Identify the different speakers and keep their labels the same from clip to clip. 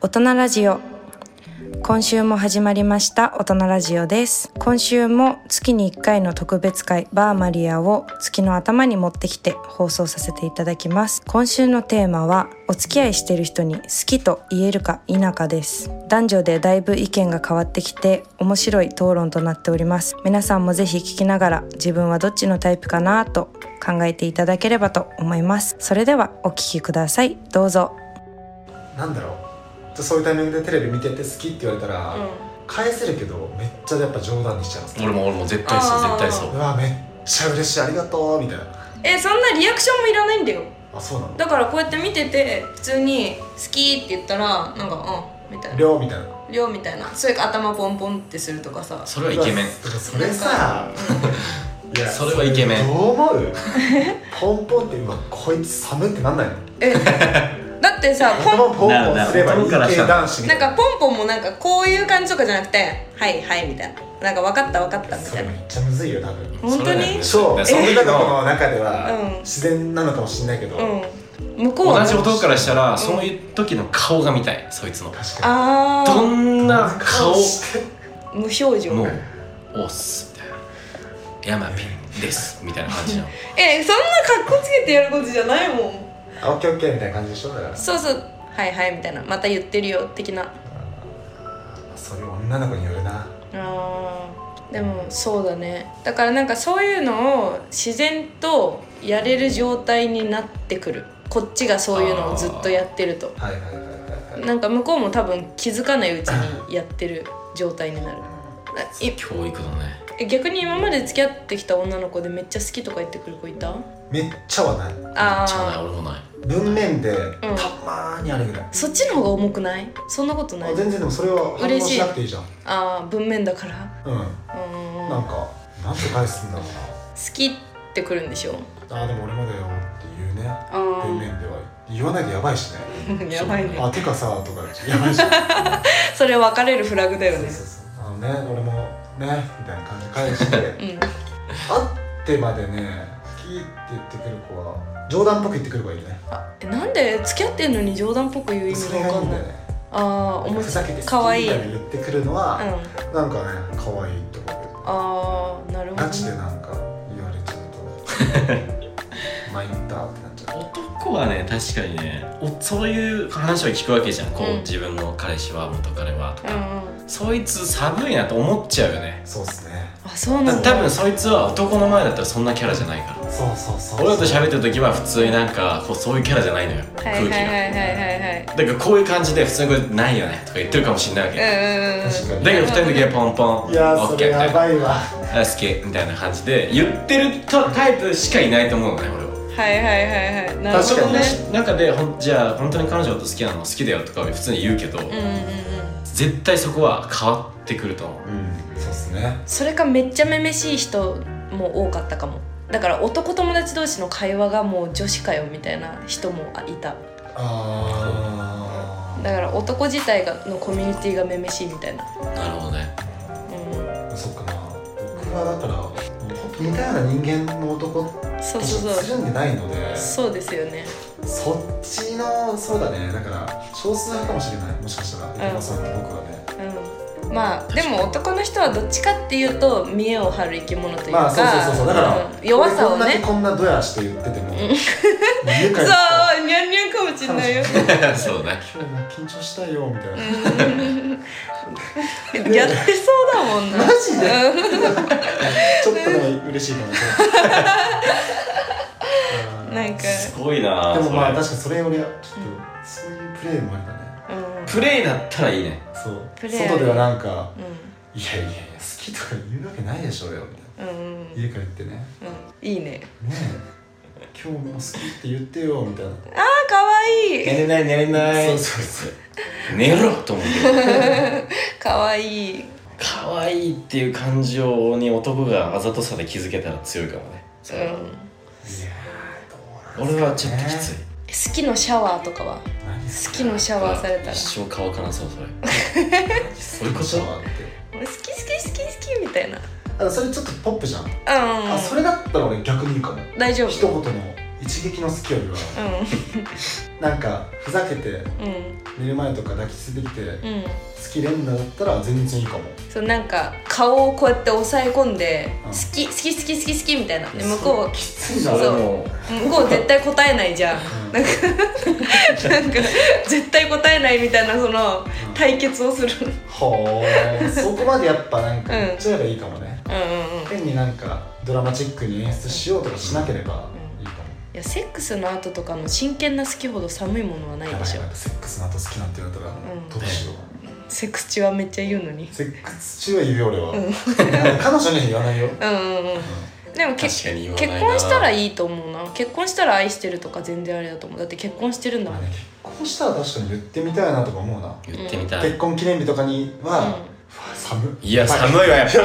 Speaker 1: 大人ラジオ今週も始まりました大人ラジオです今週も月に1回の特別会バーマリアを月の頭に持ってきて放送させていただきます今週のテーマはお付き合いしている人に好きと言えるか否かです男女でだいぶ意見が変わってきて面白い討論となっております皆さんもぜひ聞きながら自分はどっちのタイプかなと考えていただければと思いますそれではお聞きくださいどうぞ
Speaker 2: なんだろうそういうタイミングでテレビ見てて好きって言われたら、返せるけどめっちゃやっぱ冗談にしちゃいます
Speaker 3: 俺も俺も絶対そう
Speaker 4: あー
Speaker 3: 絶対そう
Speaker 2: わめっちゃ嬉しいありがとうみたいな
Speaker 4: えそんなリアクションもいらないんだよ
Speaker 2: あそうなの
Speaker 4: だからこうやって見てて普通に「好き」って言ったらなんか「うん」みたいな
Speaker 2: りょうみたいな
Speaker 4: 「りょう」みたいなそれか頭ポンポンってするとかさ
Speaker 3: うそれはイケ
Speaker 2: う
Speaker 3: メン
Speaker 2: わそれ さいや
Speaker 3: それはイケメン
Speaker 2: どう思うポンポンってうわこいつ寒ってなんないの
Speaker 4: えだっ てさポン
Speaker 2: 頭ポンポンすればいい系男子みた
Speaker 4: ないん
Speaker 2: な
Speaker 4: かポンポンもなんかこういう感じとかじゃなくて「はいはい」みたいななんか分かった分かったみ
Speaker 2: そ
Speaker 4: た
Speaker 2: れ
Speaker 4: いな
Speaker 2: めっちゃむずいよ多分
Speaker 4: 本当に
Speaker 2: そう
Speaker 3: そ
Speaker 2: 俺
Speaker 3: れ
Speaker 2: ら
Speaker 3: だ
Speaker 2: の
Speaker 3: よ
Speaker 2: この中では
Speaker 4: うん
Speaker 2: 自然なのかもしれないけど、
Speaker 4: うん向こうは
Speaker 3: 同じ男からしたらそういう時の顔が見たいそいつの
Speaker 2: 確か
Speaker 4: あ
Speaker 3: ど
Speaker 4: あ
Speaker 3: ん
Speaker 2: に
Speaker 3: な顔
Speaker 2: して
Speaker 4: 無表情
Speaker 3: もう「おっす」みたいな「ヤマピンです」みたいな感じの
Speaker 4: えそんな格好つけてやることじゃないもん
Speaker 2: あオッケーオッケーみたいな感じでしょだから
Speaker 4: そうそう「はいはい」みたいなまた言ってるよ的な
Speaker 2: そういう女の子によるな
Speaker 4: あーでもそうだねだからなんかそういうのを自然とやれる状態になってくるこっちがそういうのをずっとやってると
Speaker 2: はいはいはいはいはい
Speaker 4: なんか向こうも多分気づかないうちにやってる状態になるない
Speaker 3: 教育だね
Speaker 4: え逆に今まで付き合ってきた女の子でめっちゃ好きとか言ってくる子いた
Speaker 2: めっちゃはない
Speaker 4: あ
Speaker 3: 知らない
Speaker 4: あ
Speaker 3: 俺もない
Speaker 2: 文面でた
Speaker 4: ん
Speaker 2: まーにあるぐらい、
Speaker 4: そっちの方が重くないそんなことな
Speaker 2: あ
Speaker 4: い
Speaker 2: 全然でもそれは反応
Speaker 4: 嬉しい
Speaker 2: しなくていいじゃんう
Speaker 4: ああ文面だから
Speaker 2: ん
Speaker 4: うーん
Speaker 2: なん
Speaker 4: 好
Speaker 2: かなんて返すんだろ
Speaker 4: きってくるんでしょ
Speaker 2: うなあーでも俺もだよって言うね
Speaker 4: あ
Speaker 2: 文面では言わないでやばいしね
Speaker 4: ー やばいね
Speaker 2: あてかさとかやばいしね
Speaker 4: それ別れるフラグだよ
Speaker 2: そう
Speaker 4: ね
Speaker 2: そうそうあのね俺もねみたいな感じで返して
Speaker 4: うん
Speaker 2: 会ってまでね好きって言ってくる子は冗談っぽく言ってくる子がいるね
Speaker 4: あえなんで付き合ってんのに冗談っぽく言う意味
Speaker 2: そ
Speaker 4: が
Speaker 2: れが
Speaker 4: わ
Speaker 2: いいん
Speaker 4: かん
Speaker 2: だ
Speaker 4: な
Speaker 2: よ
Speaker 4: い
Speaker 2: ね
Speaker 4: ああーおも
Speaker 2: ふざけて好き
Speaker 4: かわい
Speaker 2: み
Speaker 4: い、う
Speaker 2: た
Speaker 4: ん
Speaker 2: い、な言ってくるのは、
Speaker 4: あ
Speaker 2: なんかね可愛いとか
Speaker 4: あーなるほど、
Speaker 2: ガチで
Speaker 4: ね、
Speaker 2: なんか言われちゃ うと参ったってなっちゃう
Speaker 3: 男はね確かにねおそういう話を聞くわけじゃんこう、
Speaker 4: うん
Speaker 3: 自分の彼氏は元彼はと
Speaker 4: うんう
Speaker 3: か、
Speaker 4: ん
Speaker 3: そいつ寒いなと思っちゃうよね
Speaker 2: そうっすね
Speaker 4: あそう
Speaker 3: だ
Speaker 4: な
Speaker 3: っ
Speaker 4: ん
Speaker 3: て多
Speaker 4: だ
Speaker 3: 分そいつは男の前だったらそんなキャラじゃないから
Speaker 2: そうそうそう
Speaker 3: 俺らと喋ってる時は普通になんかこうそういうキャラじゃないのよ、
Speaker 4: はいは
Speaker 3: 空
Speaker 4: いはい
Speaker 3: 気
Speaker 4: はい
Speaker 3: が
Speaker 4: はいはい
Speaker 3: だからこういう感じで普通にこれないよねとか言ってるかもしれないわけ、
Speaker 4: うんうんうん
Speaker 2: 確かに
Speaker 3: だけど二人の時はポンポン
Speaker 2: いや
Speaker 3: オ
Speaker 2: ー
Speaker 3: ッ
Speaker 2: そ
Speaker 3: ケー
Speaker 2: れ
Speaker 3: み
Speaker 2: や
Speaker 3: たいな
Speaker 2: ばいわ
Speaker 3: 大好きみたいな感じで言ってるとタイプしかいないと思うのね俺は
Speaker 4: はいはいはいはいなるほ
Speaker 3: そ
Speaker 4: ど
Speaker 3: の
Speaker 4: ね
Speaker 3: 中でほんじゃあ本当に彼女のこと好きなの好きだよとかは普通に言うけど、
Speaker 4: うんうんうん
Speaker 3: 絶対そこは変わってくると思う
Speaker 2: うんそうっすね
Speaker 4: それかめっちゃめめしい人も多かったかもだから男友達同士の会話がもう女子かよみたいな人もいた
Speaker 2: あ
Speaker 4: だから男自体がのコミュニティがめめしいみたいな
Speaker 3: なるほどね
Speaker 4: うん
Speaker 2: ーそっかな僕はだからもうほんと似たような人間の男
Speaker 4: そ
Speaker 2: と
Speaker 4: うそ
Speaker 2: つ
Speaker 4: うそう
Speaker 2: るんでないので
Speaker 4: そうですよね
Speaker 2: そっちのそうだねだから少数派かもしれないもしかしたら池田さんと僕はね
Speaker 4: うんまあでも男の人はどっちかっていうと見栄を張る生き物というか、
Speaker 2: まあそうそうそうそうだから
Speaker 4: うん弱さを
Speaker 2: 俺
Speaker 4: ね
Speaker 2: こんなにこんなドヤして言ってて も家帰って
Speaker 4: そうニャンニャンかもしんない よ
Speaker 3: そうね
Speaker 2: 今日も緊張したいよみたいな、
Speaker 4: うんやってそうだもんな
Speaker 2: マジで
Speaker 4: うん
Speaker 2: ちょっとでも嬉しいか もしれな
Speaker 4: ないんか
Speaker 3: すごいな
Speaker 2: でもまあ確
Speaker 3: それ
Speaker 2: かにそれ俺はちょっとそういうプレーもありだね
Speaker 4: うん
Speaker 3: プレイだったらいいね
Speaker 2: そう
Speaker 4: プレー
Speaker 2: 外ではなんか
Speaker 4: う
Speaker 2: 「いやいやいや好きとか言うわけないでしょうよ」みたいなん
Speaker 4: うんうん
Speaker 2: 家帰ってね
Speaker 4: いいね
Speaker 2: 「ねえ今日も好きって言ってよ」みたいな
Speaker 4: あーかわいい
Speaker 3: 寝れない寝れな
Speaker 2: そ
Speaker 3: いう
Speaker 2: そうそう
Speaker 3: 寝ろと思って
Speaker 4: かわいい
Speaker 3: 可愛いっていう感情に男があざとさで気づけたら強いかもね
Speaker 4: うん
Speaker 2: いやーどうなんすかね
Speaker 3: 俺はちょっときつい
Speaker 4: 好きのシャワーとかは
Speaker 2: 何す
Speaker 4: 好きのシャワーされたら
Speaker 3: 一生乾かなそうそれそういうこ
Speaker 2: シャ
Speaker 3: と
Speaker 2: ワーって
Speaker 4: 俺好き好き好き好きみたいな
Speaker 2: あそれちょっとポップじゃん、
Speaker 4: うん
Speaker 2: あそれだったら俺逆にいいかも
Speaker 4: 大丈夫
Speaker 2: 一言の「一撃の好きよりは
Speaker 4: う
Speaker 2: なんかふざけて
Speaker 4: んうん
Speaker 2: 寝る前とか抱きついてきて好
Speaker 4: うん
Speaker 2: き連打だったら全然いいかも
Speaker 4: そうなんか顔をこうやって抑え込んで、
Speaker 2: うん
Speaker 4: 好き好き好き好き好きみたいなで向こ
Speaker 2: きつい
Speaker 3: そ
Speaker 2: な
Speaker 3: れ
Speaker 4: そう
Speaker 3: も
Speaker 4: う向こう絶対答えないじゃん
Speaker 2: うん
Speaker 4: なんかなんか 絶対答えないみたいなその対決をする
Speaker 2: ほーそこまでやっぱなんか
Speaker 4: うん
Speaker 2: 言っちゃえばいいかもね、
Speaker 4: うんうんうん
Speaker 2: 変になんかドラマチックに演出しようとかしなければいいかも、
Speaker 4: いやセックスの後とかの真剣な好きほど寒いものはない
Speaker 2: や
Speaker 4: で
Speaker 2: ばい
Speaker 4: し
Speaker 2: や
Speaker 4: ょ
Speaker 2: ばいセックスの後好きなんて言われたら
Speaker 4: ん
Speaker 2: どうしよう、
Speaker 4: セックス中はめっちゃ言うのに
Speaker 2: セックス中は言うよ俺は、
Speaker 4: うん
Speaker 2: 彼女には言わないよ、うん
Speaker 4: うんうんうんでもけ
Speaker 3: 確かに言わない
Speaker 4: 結
Speaker 3: な
Speaker 4: 婚したらいいと思うな結婚したら愛してるとか全然あれだと思うだって結婚してるんだ
Speaker 2: ま
Speaker 4: も
Speaker 2: あ
Speaker 4: ん、
Speaker 2: ね、結婚したら確かに言ってみたいなとか思うな、
Speaker 3: 言ってみたい、
Speaker 2: 結婚記念日とかには、
Speaker 4: うん
Speaker 2: うわ寒
Speaker 3: いや寒いわやっぱ
Speaker 4: え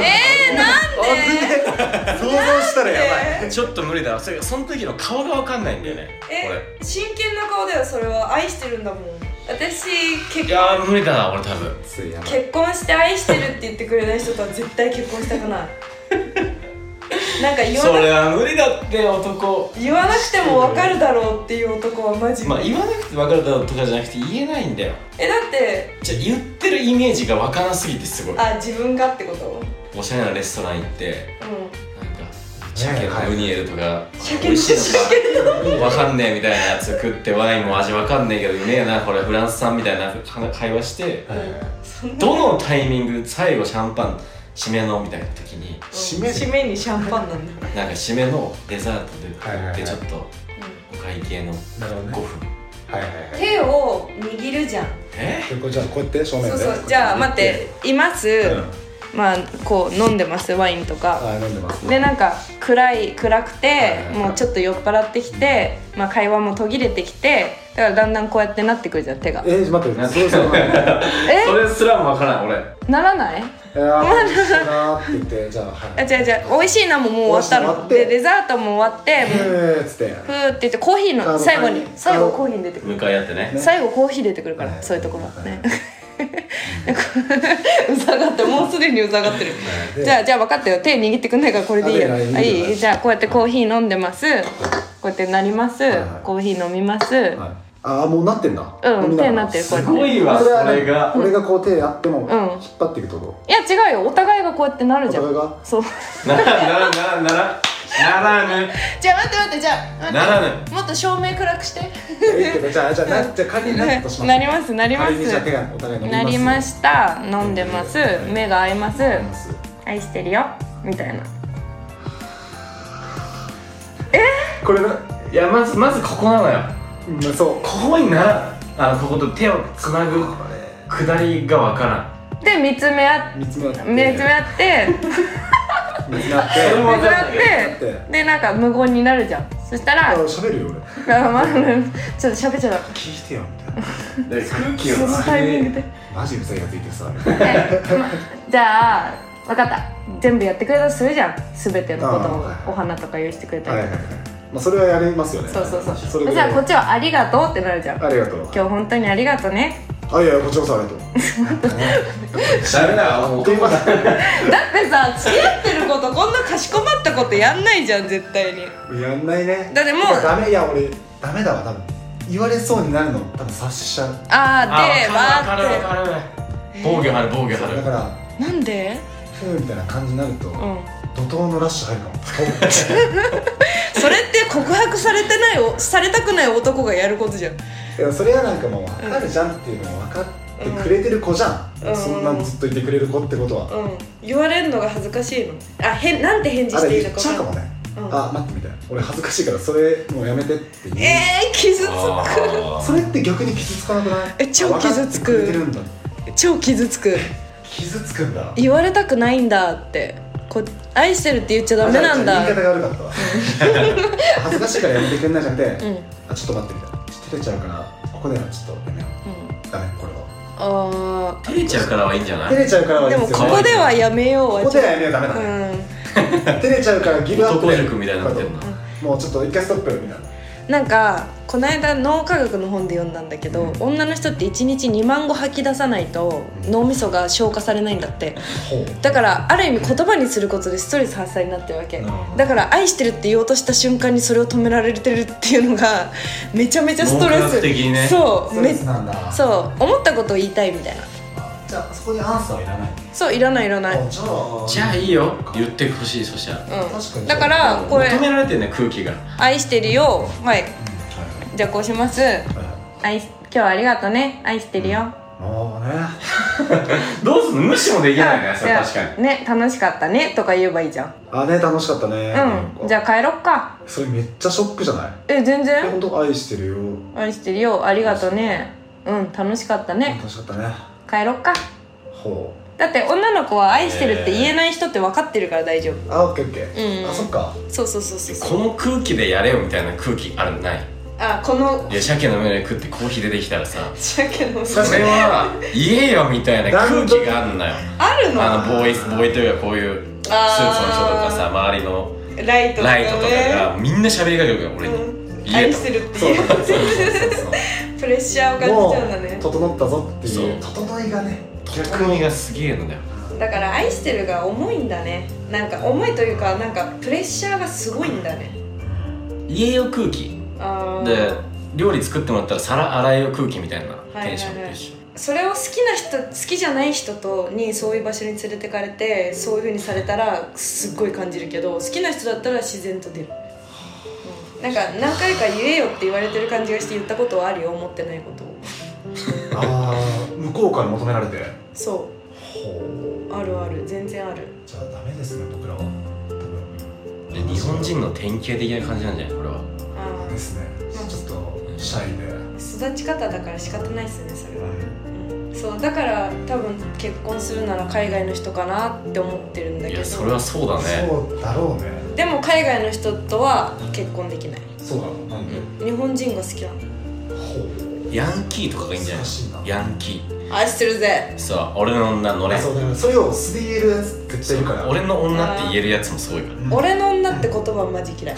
Speaker 4: ー、なんで
Speaker 2: 想像したらやばい
Speaker 3: ちょっと無理だなそれその時の顔が分かんないんだよね俺
Speaker 4: え真剣な顔だよそれは愛してるんだもん私
Speaker 3: い
Speaker 4: 結
Speaker 3: やー無理だな俺多分
Speaker 2: ついやばい
Speaker 4: 結婚して愛してるって言ってくれない人とは絶対結婚したくない なんか言
Speaker 3: そ
Speaker 4: わな
Speaker 3: れは無理だって男
Speaker 4: 言わなくても分かるだろうっていう男はマジ、
Speaker 3: まあ言わなくて分かるだろうとかじゃなくて言えないんだよ
Speaker 4: えだって
Speaker 3: じゃあ言ってるイメージが分からなすぎてすごい
Speaker 4: あ自分がってこと
Speaker 3: おしゃれなレストラン行って
Speaker 4: う
Speaker 3: なんか鮭のムニエルとか
Speaker 4: 鮭の
Speaker 3: 美味しいのか分かんねえみたいなやつ食ってワインも味分かんねえけどうめえなこれフランス産みたいな会話して
Speaker 2: はいはいはい
Speaker 4: ん
Speaker 3: どのタイミング最後シャンパン締めのみたいな時に
Speaker 2: 締め
Speaker 4: 締めにシャンパンなんだ
Speaker 3: なんか締めのデザートで
Speaker 2: はいはいはい
Speaker 3: でちょっとお会計の
Speaker 2: なるほど
Speaker 3: 5
Speaker 2: ねは
Speaker 3: 分
Speaker 2: いはいはい
Speaker 4: 手を握るじゃん
Speaker 3: え
Speaker 2: 結婚じゃあこうやって正面
Speaker 4: そ
Speaker 2: で
Speaker 4: うそうじゃあ待っています、
Speaker 2: うん
Speaker 4: まあこう飲んでますワインとか
Speaker 2: あ飲んでます
Speaker 4: でなんか暗い暗くて
Speaker 3: はい
Speaker 4: もうちょっと酔っ払ってきて、まあ、会話も途切れてきてだからだんだんこうやってなってくるじゃん手が
Speaker 2: えー、待って
Speaker 3: なん
Speaker 2: すご いすごい
Speaker 4: え
Speaker 3: それすらも分からん俺
Speaker 4: ならない
Speaker 2: えー、あ美味しいなーって言ってじゃあは
Speaker 4: あ
Speaker 2: い
Speaker 4: 違う違う美味しいなももう終わったの
Speaker 2: 美味しい
Speaker 4: で
Speaker 2: な
Speaker 4: デザートも終わってもう
Speaker 2: えーっつって
Speaker 4: ふーって言ってコーヒー
Speaker 2: あ
Speaker 4: の
Speaker 2: の
Speaker 4: 最後に
Speaker 2: あの
Speaker 4: 最後コーヒーに出てくる
Speaker 3: 向かい合ってね
Speaker 4: 最後コーヒー出てくるから、
Speaker 2: はい
Speaker 4: そういうところはね、
Speaker 2: は
Speaker 4: うざがってもうすでにうざがってる
Speaker 2: で
Speaker 4: じゃあじゃあ分かったよ手握ってくんないからこれでいいよ
Speaker 2: あ
Speaker 4: あ
Speaker 2: いいよいいよ
Speaker 4: いいじゃあこうやってコーヒー飲んでますこうやってなります、
Speaker 2: いはい
Speaker 4: コーヒー飲みます、
Speaker 2: はいああもうなってんだ
Speaker 4: うん
Speaker 2: 飲みがら
Speaker 4: 手になってる
Speaker 3: すごいわ
Speaker 2: は
Speaker 3: それが
Speaker 2: 俺がこう手あっても引っ
Speaker 4: ん
Speaker 2: 張っていくとこ
Speaker 4: いや違うよお互いがこうやってなるじゃ
Speaker 2: お互
Speaker 4: ん
Speaker 2: いが
Speaker 4: そう
Speaker 3: ならならならならぬ
Speaker 4: じゃあ待って待ってじゃあ待って
Speaker 3: なら
Speaker 4: もっと照明暗くして
Speaker 2: いいけどじゃあじゃあなじゃあ仮になったとします
Speaker 4: なりますなりま
Speaker 2: 仮にじゃあ手
Speaker 4: す
Speaker 2: がお互い飲みます
Speaker 4: なりました飲んでます目が合います
Speaker 2: 飲みます
Speaker 4: 愛してるよみたいな
Speaker 2: これな
Speaker 3: ぬいやまずまずここなのよ
Speaker 2: うんそ
Speaker 3: ここにならあのここと手をつなぐくだりがわからん
Speaker 4: で見つめ合っ
Speaker 2: う見つめ合って
Speaker 4: 見つめ合って
Speaker 2: 見つめ合って
Speaker 3: それも
Speaker 4: 見つ
Speaker 2: 見つめ
Speaker 4: め合
Speaker 2: 合っ
Speaker 4: ってでなんか無言になるじゃんそしたら
Speaker 2: あ
Speaker 4: あ
Speaker 2: 喋るよ俺
Speaker 4: まあちょっと喋っちゃった
Speaker 2: 聞いてよみたいな
Speaker 3: で空気を
Speaker 4: そのタイミングで
Speaker 2: マジうざいやついてさ
Speaker 4: はいまじゃあ分かった全部やってくれたとするじゃん全てのこと
Speaker 2: あーはい
Speaker 4: をお花とか用意してくれた
Speaker 2: はい
Speaker 4: り
Speaker 2: は
Speaker 4: と
Speaker 2: い
Speaker 4: か、
Speaker 2: はいまあそれはやりますよね
Speaker 4: そうそうそう
Speaker 2: それで
Speaker 4: じゃあこっちは「ありがとう」ってなるじゃん
Speaker 2: ありがとう
Speaker 4: 今日本当にありがとうね
Speaker 2: あいやいやこっちこそありがとう
Speaker 3: ダメだわもう
Speaker 2: 電話だ
Speaker 4: だってさ付き合ってることこんなかしこまったことやんないじゃん絶対に
Speaker 2: やんないね
Speaker 4: だってもう
Speaker 2: いやダメいや俺ダメだわ多分言われそうになるの多分察しちゃう
Speaker 4: あ
Speaker 3: あ
Speaker 4: ー
Speaker 3: わかるわ
Speaker 4: でわ
Speaker 3: かるわかる防御張る防御
Speaker 2: だ
Speaker 3: 張る
Speaker 2: から
Speaker 4: ーなんで
Speaker 2: ふーみたいな感じになると、
Speaker 4: うん
Speaker 2: 怒涛のラッシュ入るかも
Speaker 4: それって告白されてないおされたくない男がやることじゃん
Speaker 2: いやそれはなんかもう分かるじゃんっていうのを分かってくれてる子じゃん、
Speaker 4: うん
Speaker 2: そんなんずっといてくれる子ってことは、
Speaker 4: うん言われるのが恥ずかしいのあへんなんて返事
Speaker 2: あ
Speaker 4: して
Speaker 2: れ
Speaker 4: いい
Speaker 2: 言
Speaker 4: の
Speaker 2: っ
Speaker 4: か
Speaker 2: ちゃうかもね、
Speaker 4: うん
Speaker 2: あ待ってみたいな俺恥ずかしいからそれもうやめてって言う、
Speaker 4: えー、傷つ
Speaker 3: あ
Speaker 2: それって逆に傷つかなくない
Speaker 4: え超
Speaker 2: あ分かってくれてるんだ
Speaker 4: く超傷つく
Speaker 2: 傷つくんだ
Speaker 4: 言われたくないんだってこ愛してるって言っちゃダメなん
Speaker 2: あ
Speaker 4: だ
Speaker 2: じゃあじゃあ言い方が悪かった わ恥ずかしいからやめてくんないじゃなくて、
Speaker 4: うん、うん、
Speaker 2: あちょっと待ってみたいな照れちゃうからここではちょっとやめようダメこれは
Speaker 4: あ
Speaker 3: ー照れちゃうからはいいんじゃな
Speaker 2: 照
Speaker 3: い
Speaker 2: れちゃうから
Speaker 4: ー
Speaker 2: はい
Speaker 4: で
Speaker 2: いで
Speaker 4: も
Speaker 2: すよ
Speaker 4: こ
Speaker 2: ね
Speaker 4: こではやめようは
Speaker 2: ここではやめようダメだ、ね
Speaker 4: うん
Speaker 2: 照れちゃうからギブアップ
Speaker 3: 男力みたいになってんの
Speaker 2: もうちょっと一回ストップみたいな
Speaker 4: なんかこの間脳科学の本で読んだんだけど女の人って1日2万語吐き出さないと脳みそが消化されないんだって
Speaker 2: ほう
Speaker 4: だからある意味言葉にすることでストレス発散になってるわけ
Speaker 2: なるほど
Speaker 4: だから愛してるって言おうとした瞬間にそれを止められてるっていうのがめちゃめちゃストレ
Speaker 3: 脳科
Speaker 4: ス
Speaker 3: 学的にね
Speaker 4: そ
Speaker 2: ス
Speaker 4: う
Speaker 2: トレ
Speaker 4: め
Speaker 2: スなんだ
Speaker 4: そう思ったことを言いたいみたいな
Speaker 2: あじゃあそこにアンサーはいらない
Speaker 4: そういらないいらな
Speaker 2: あ
Speaker 4: い
Speaker 2: じゃあ
Speaker 3: じゃあいいよ言ってほしいそしたら
Speaker 2: 確か
Speaker 4: うん
Speaker 2: に
Speaker 4: だからこれ
Speaker 3: 求められてるね空気が
Speaker 4: 「愛してるよ」はい
Speaker 2: うん
Speaker 4: じゃあこうします
Speaker 2: はいはいはい
Speaker 4: 愛し今日はありがとね愛してるよ
Speaker 2: もうね
Speaker 3: どうすんの無視もできないねそれ
Speaker 4: あ
Speaker 3: 確かに
Speaker 4: じゃあね楽しかったねとか言えばいいじゃん
Speaker 2: あね楽しかったね
Speaker 4: うんじ
Speaker 2: ゃ
Speaker 4: ゃあ帰ろっか
Speaker 2: それめっちゃショックじゃない
Speaker 4: え全
Speaker 2: え
Speaker 4: 然
Speaker 2: 本当愛してるよ
Speaker 4: 愛してるよありがとねうん楽しかったね
Speaker 2: 楽しかったね
Speaker 4: 帰ろっか
Speaker 2: ほ
Speaker 4: だって女の子は愛してるって言えない人って分かってるから大丈夫
Speaker 2: うあオッケーオッケ
Speaker 4: う
Speaker 2: ー
Speaker 4: ん
Speaker 2: あそっか
Speaker 4: そうそうそうそうそう
Speaker 3: この空気でやれよみたいな空気あるのない
Speaker 4: あこの
Speaker 3: いや鮭の目で食ってコーヒー出てきたらさ
Speaker 4: 鮭の
Speaker 3: それは言えよみたいな空気があるのよ
Speaker 4: あるの
Speaker 3: あのボーイスボーイというかこういうスーツの人とかさ周りの
Speaker 4: ライトとか
Speaker 3: ライトとか
Speaker 4: ね
Speaker 3: がみんな喋りかけるから俺に、
Speaker 4: うん
Speaker 3: 言え
Speaker 4: 愛
Speaker 3: と
Speaker 4: してるって
Speaker 2: そう
Speaker 4: い
Speaker 2: そう
Speaker 4: う
Speaker 2: そうそう
Speaker 4: プレッシャーを感じ
Speaker 2: も
Speaker 4: ちゃうんだね
Speaker 2: う整ったぞっていう
Speaker 3: そ
Speaker 2: 整いがね
Speaker 3: 特味がすげえのだよ
Speaker 4: だから愛してるが重いんだねなんか重いというかなんかプレッシャーがすごいんだね
Speaker 3: 家用空気
Speaker 4: あー
Speaker 3: で料理作ってもらったら皿洗い用空気みたいない
Speaker 4: はい
Speaker 3: テンションと一緒、
Speaker 4: それを好きな人好きじゃない人とにそういう場所に連れてかれてそういう風にされたらすっごい感じるけど好きな人だったら自然と出る、うん、なんか何回か言えよって言われてる感じがして言ったことはあるよ思ってないことを
Speaker 2: ああ向こうから求められて
Speaker 4: そ
Speaker 2: ほ
Speaker 4: うあるある全然ある
Speaker 2: うじゃあダメですね僕らは多分
Speaker 3: で日本人の典型的な感じなんじゃないこれは
Speaker 4: あー
Speaker 2: ですねちょっとシャイで
Speaker 4: 育ち方だから仕方ないっすねそれは、うん、そうだから多分結婚するなら海外の人かなって思ってるんだ
Speaker 3: い
Speaker 4: け
Speaker 3: やそれは
Speaker 4: ど
Speaker 3: そうだね
Speaker 2: そうだろうね
Speaker 4: でも海外の人とは結婚できない
Speaker 2: そうだろうなんで
Speaker 4: 日本人が好きなの
Speaker 2: ほう
Speaker 3: ヤンキーとかがいいんじゃない
Speaker 2: 難しいな
Speaker 3: ヤンキー
Speaker 4: 愛してるぜ
Speaker 3: さ俺の女乗れ
Speaker 2: あそうだからそれを素で言えるやつ絶対いるから
Speaker 3: 俺の女って言えるやつもすごいから
Speaker 2: うん
Speaker 4: 俺の女って言葉マジ 嫌い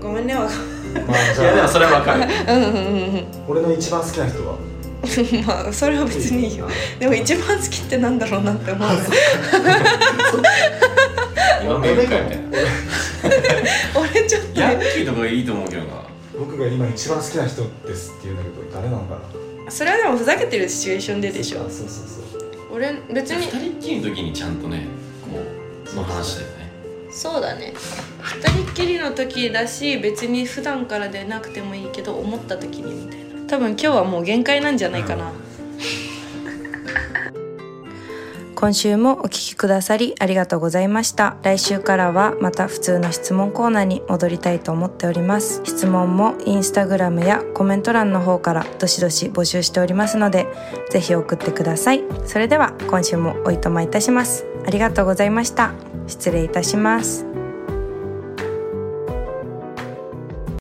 Speaker 4: ごめんねわか
Speaker 2: まあじ
Speaker 3: いやで
Speaker 2: ゃ
Speaker 3: も
Speaker 2: あ
Speaker 3: それはわかる
Speaker 4: うんうんうん
Speaker 2: 俺の一番好きな人は
Speaker 4: うん まあそれは別にいいよでも一番好きってなんだろうなっ て思う
Speaker 3: 今目向かいみたいな
Speaker 4: 俺ちょっと
Speaker 3: ヤンキーとかいいと思うけどな
Speaker 2: 僕が今一番好きな人ですって言うんだけど誰なのかな
Speaker 4: それはでもふざけてるシチュエーションででし
Speaker 2: あ
Speaker 4: ょ
Speaker 2: そうそうそう
Speaker 4: 俺別
Speaker 3: 二
Speaker 4: に
Speaker 3: 人っきりの時にちゃんとねこうその話だよね
Speaker 4: そうだね二人っきりの時だし別に普段からでなくてもいいけど思った時にみたいな多分今日はもう限界なんじゃないかな、
Speaker 1: 今週もお聞きくださりありがとうございました来週からはまた普通の質問コーナーに戻りたいと思っております質問もインスタグラムやコメント欄の方からどしどし募集しておりますのでぜひ送ってくださいそれでは今週もおいとまいたしますありがとうございました失礼いたします